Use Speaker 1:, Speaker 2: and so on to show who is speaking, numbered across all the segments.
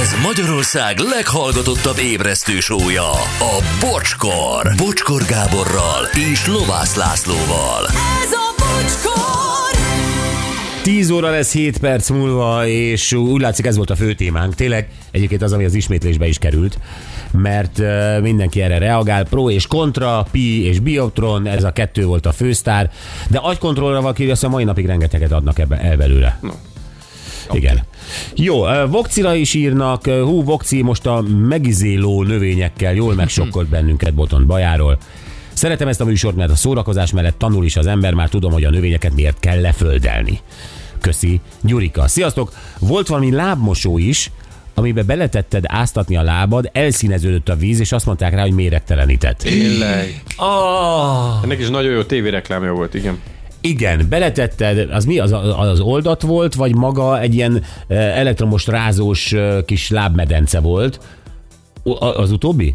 Speaker 1: Ez Magyarország leghallgatottabb ébresztő sója, a Bocskor. Bocskor Gáborral és Lovász Lászlóval.
Speaker 2: Ez a bocskor!
Speaker 3: 10 óra lesz 7 perc múlva, és úgy látszik ez volt a fő témánk. Tényleg egyébként az, ami az ismétlésbe is került, mert ö, mindenki erre reagál, pro és kontra, pi és bioptron, ez a kettő volt a fősztár, de agykontrollra valaki azt a mai napig rengeteget adnak ebbe, el belőle. No. Igen. Jó, ö, Vokcira is írnak, ö, hú, Vokci most a megizéló növényekkel jól megsokkolt bennünket Boton Bajáról. Szeretem ezt a műsort, mert a szórakozás mellett tanul is az ember, már tudom, hogy a növényeket miért kell leföldelni. Köszi, Gyurika. Sziasztok! Volt valami lábmosó is, amibe beletetted áztatni a lábad, elszíneződött a víz, és azt mondták rá, hogy méregtelenített.
Speaker 4: Tényleg.
Speaker 3: Oh.
Speaker 4: Ennek is nagyon jó tévéreklámja volt, igen.
Speaker 3: Igen, beletetted, az mi, az, az az oldat volt, vagy maga egy ilyen eh, elektromos rázós eh, kis lábmedence volt? O- a- Az utóbbi?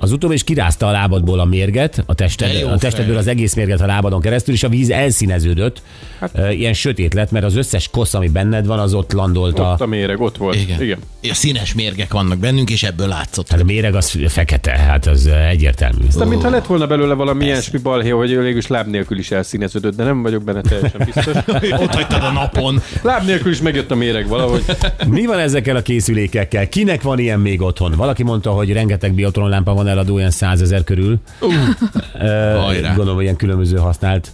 Speaker 3: Az utóbbi is kirázta a lábadból a mérget, a, tested, a testedből az egész mérget a lábadon keresztül, és a víz elszíneződött, hát. ilyen sötét lett, mert az összes kosz, ami benned van, az ott landolt a...
Speaker 4: Ott a méreg, ott volt.
Speaker 5: Igen.
Speaker 4: igen.
Speaker 5: És Színes mérgek vannak bennünk, és ebből látszott.
Speaker 3: Hát a méreg az fekete, hát az eh, egyértelmű.
Speaker 4: De mintha lett volna belőle valami ilyen spi balhé, hogy végül is láb nélkül is elszíneződött, de nem vagyok benne teljesen biztos.
Speaker 5: Ott hagytad a napon.
Speaker 4: Láb nélkül is megjött a méreg valahogy.
Speaker 3: Mi van ezekkel a készülékekkel? Kinek van ilyen még otthon? Valaki mondta, hogy rengeteg biotronlámpa van eladó, olyan százezer körül.
Speaker 5: Hajrá.
Speaker 3: Gondolom, ilyen különböző használt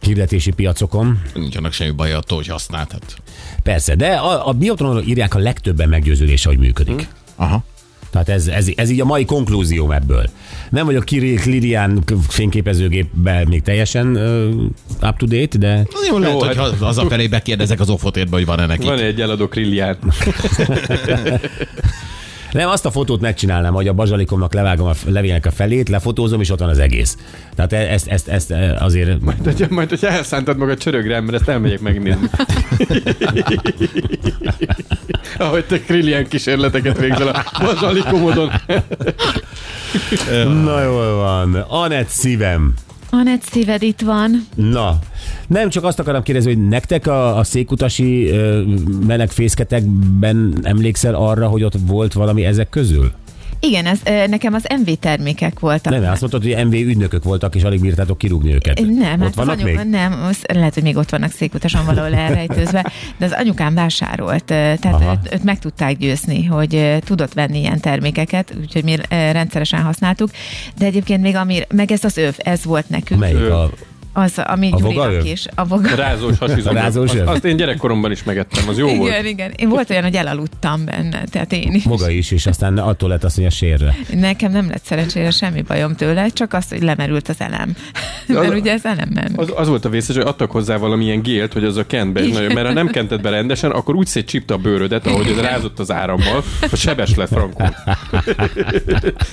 Speaker 3: hirdetési piacokon.
Speaker 5: Nincs annak semmi baj attól, hogy használt. Hát.
Speaker 3: Persze, de a, a biotronról írják a legtöbben meggyőződése, hogy működik.
Speaker 5: Aha.
Speaker 3: Tehát ez, ez, ez így a mai konklúzióm ebből. Nem vagyok Kirill Lirian fényképezőgépben még teljesen uh, up to date, de
Speaker 5: Na Jó, lehet,
Speaker 4: Jó,
Speaker 5: hogy
Speaker 4: hát-
Speaker 5: ha- hazafelé bekérdezek az offotérbe, hogy van-e neki.
Speaker 4: Van egy eladó krillián.
Speaker 3: nem, azt a fotót megcsinálnám, hogy a bazsalikomnak levágom a f- levélnek a felét, lefotózom, és ott van az egész. Tehát e- ezt, ezt, ezt e, azért
Speaker 4: De hogyha- majd, hogyha elszántad magad csörögre, mert ezt elmegyek megnézni. Ahogy te krillián kísérleteket végzel a bazsali komodon.
Speaker 3: Na jól van. Anett szívem.
Speaker 6: Anett szíved itt van.
Speaker 3: Na, nem csak azt akarom kérdezni, hogy nektek a, a székutasi ö, menekfészketekben emlékszel arra, hogy ott volt valami ezek közül?
Speaker 6: Igen, ez, ö, nekem az MV termékek voltak.
Speaker 3: Nem, nem, azt mondtad, hogy MV ügynökök voltak, és alig bírtátok kirúgni őket.
Speaker 6: nem,
Speaker 3: ott
Speaker 6: hát az
Speaker 3: vannak még?
Speaker 6: Nem, az- lehet, hogy még ott vannak székutason valahol elrejtőzve, de az anyukám vásárolt, ö, tehát
Speaker 3: Aha.
Speaker 6: őt, őt meg tudták győzni, hogy ö, tudott venni ilyen termékeket, úgyhogy mi ö, rendszeresen használtuk, de egyébként még ami, meg ez az öv, ez volt nekünk.
Speaker 3: Melyik a...
Speaker 6: Az, ami
Speaker 3: A
Speaker 6: Gyurinak
Speaker 3: vogaöv?
Speaker 6: is. A voga...
Speaker 4: Rázós hasizom.
Speaker 3: Rázós
Speaker 4: azt,
Speaker 3: öv?
Speaker 4: azt, én gyerekkoromban is megettem, az jó volt.
Speaker 6: Igen, igen. Én volt olyan, hogy elaludtam benne, tehát én is.
Speaker 3: Maga is, és aztán attól lett azt, hogy a sérre.
Speaker 6: Nekem nem lett szerencsére semmi bajom tőle, csak az, hogy lemerült az elem. Mert ugye az elem ment.
Speaker 4: Az, az volt a vészes, hogy adtak hozzá valamilyen gélt, hogy az a kent be, is nagyon, mert ha nem kented be rendesen, akkor úgy szétcsípte a bőrödet, ahogy az rázott az árammal, a sebes lett frankó.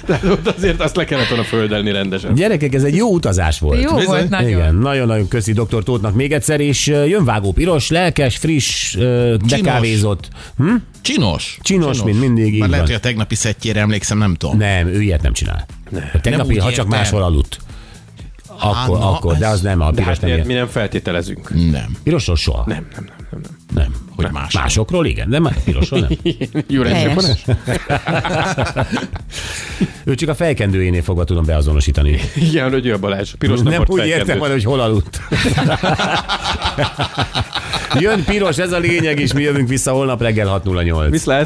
Speaker 4: Tehát ott azért azt le kellett volna földelni rendesen.
Speaker 3: Gyerekek, ez egy jó utazás volt.
Speaker 6: Jó Bizony. volt nagyon.
Speaker 3: Igen, nagyon-nagyon köszi doktor Tótnak még egyszer, és ö, jön vágó piros, lelkes, friss, ö, bekávézott. Hm?
Speaker 5: Csinos.
Speaker 3: Csinos, mint mindig, így
Speaker 5: Már lehet,
Speaker 3: van.
Speaker 5: hogy a tegnapi szettjére emlékszem, nem tudom.
Speaker 3: Nem, ő ilyet nem csinál. A
Speaker 5: Nem
Speaker 3: tegnapi,
Speaker 5: úgy
Speaker 3: ha csak
Speaker 5: értem.
Speaker 3: máshol aludt. Akkor,
Speaker 5: na,
Speaker 3: akkor, de
Speaker 5: ez-
Speaker 3: az nem, a
Speaker 4: De
Speaker 3: piros
Speaker 4: hát
Speaker 3: nem
Speaker 4: ilyet
Speaker 3: ilyen.
Speaker 4: mi nem feltételezünk.
Speaker 5: Nem,
Speaker 3: Pirosról soha.
Speaker 4: Nem, nem, nem, nem. nem.
Speaker 3: nem.
Speaker 5: hogy más.
Speaker 3: Másokról igen, de már pirosról nem.
Speaker 4: Jó
Speaker 6: Helyes.
Speaker 4: rendben,
Speaker 3: Ő csak a fejkendőjénél fogva tudom beazonosítani.
Speaker 4: Igen, hogy ő a Balázs. Piros
Speaker 3: Nem
Speaker 4: napart
Speaker 3: úgy értem,
Speaker 4: felkendőt.
Speaker 3: hanem, hogy hol aludt. Jön piros, ez a lényeg, és mi jövünk vissza holnap reggel 6.08.
Speaker 4: Viszlát.